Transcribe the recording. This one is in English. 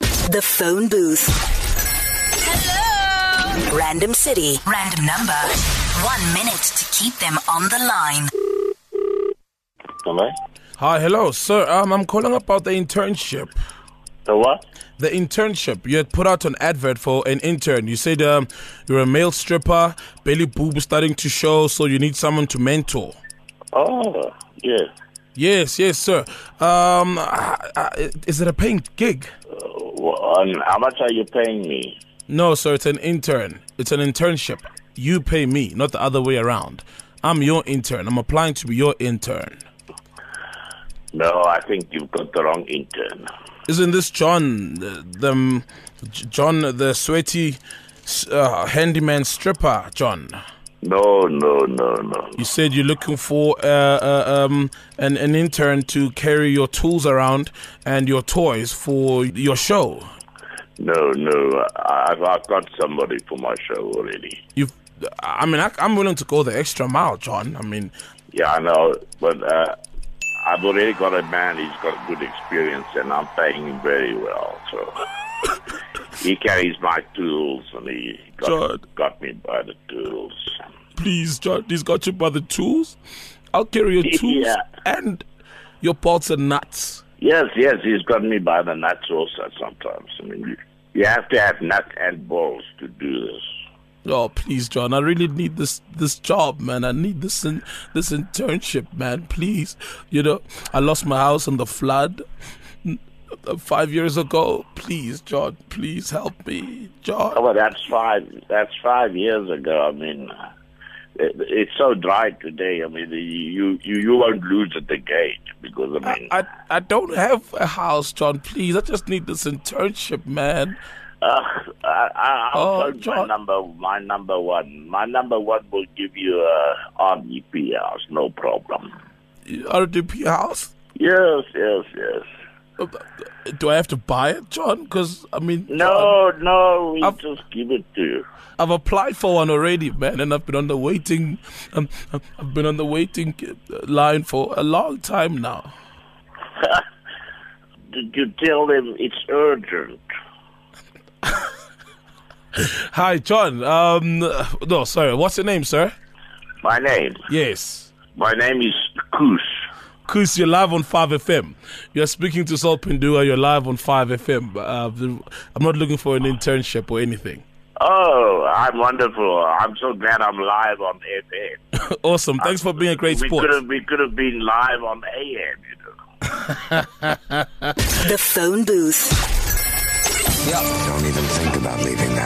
The phone booth. Hello. Random city. Random number. One minute to keep them on the line. Hello? Hi, hello, sir. Um, I'm calling about the internship. The what? The internship. You had put out an advert for an intern. You said um, you're a male stripper, belly boob is starting to show, so you need someone to mentor. Oh, yeah. Yes, yes, sir. Um, I, I, is it a paying gig? Well, um, how much are you paying me? No, sir. It's an intern. It's an internship. You pay me, not the other way around. I'm your intern. I'm applying to be your intern. No, I think you've got the wrong intern. Isn't this John, the, the um, J- John, the sweaty s- uh, handyman stripper, John? No, no, no, no. You said you're looking for uh, uh, um, an, an intern to carry your tools around and your toys for your show. No, no. I, I've, I've got somebody for my show already. You, I mean, I, I'm willing to go the extra mile, John. I mean, Yeah, I know, but uh, I've already got a man. He's got good experience, and I'm paying him very well. So he carries my tools, and he John. got, got me by the tools. please, John, he's got you by the tools. I'll carry your tools Yeah. and your bolts and nuts. Yes, yes, he's got me by the nuts also sometimes. I mean, you, you have to have nuts and balls to do this. Oh, please, John, I really need this this job, man. I need this in, this internship, man. Please, you know, I lost my house in the flood uh, five years ago. Please, John, please help me, John. Oh, well, that's five. That's five years ago. I mean, uh, it, it's so dry today. I mean, you you you won't lose at the gate because I mean, Uh, I, I don't have a house, John. Please, I just need this internship, man. uh, I, I, I'll Oh, phone my John. number. My number one. My number one will give you uh, a RDP house, no problem. RDP house. Yes, yes, yes. Uh, Do I have to buy it, John? Because I mean, John, No, no, we I've- just give it to you. I've applied for one already, man, and I've been on the waiting. Um, I've been on the waiting uh, line for a long time now. Did you tell them it's urgent? Hi, John. Um, no, sorry. What's your name, sir? My name. Yes, My name is Koos. Chris. You're live on Five FM. You're speaking to Sal Pindua. You're live on Five FM. Uh, the- I'm not looking for an internship or anything. Oh, I'm wonderful. I'm so glad I'm live on FM. awesome. Thanks for being a great we sport. could have we could have been live on AM, you know. The phone booth. Don't even think about leaving the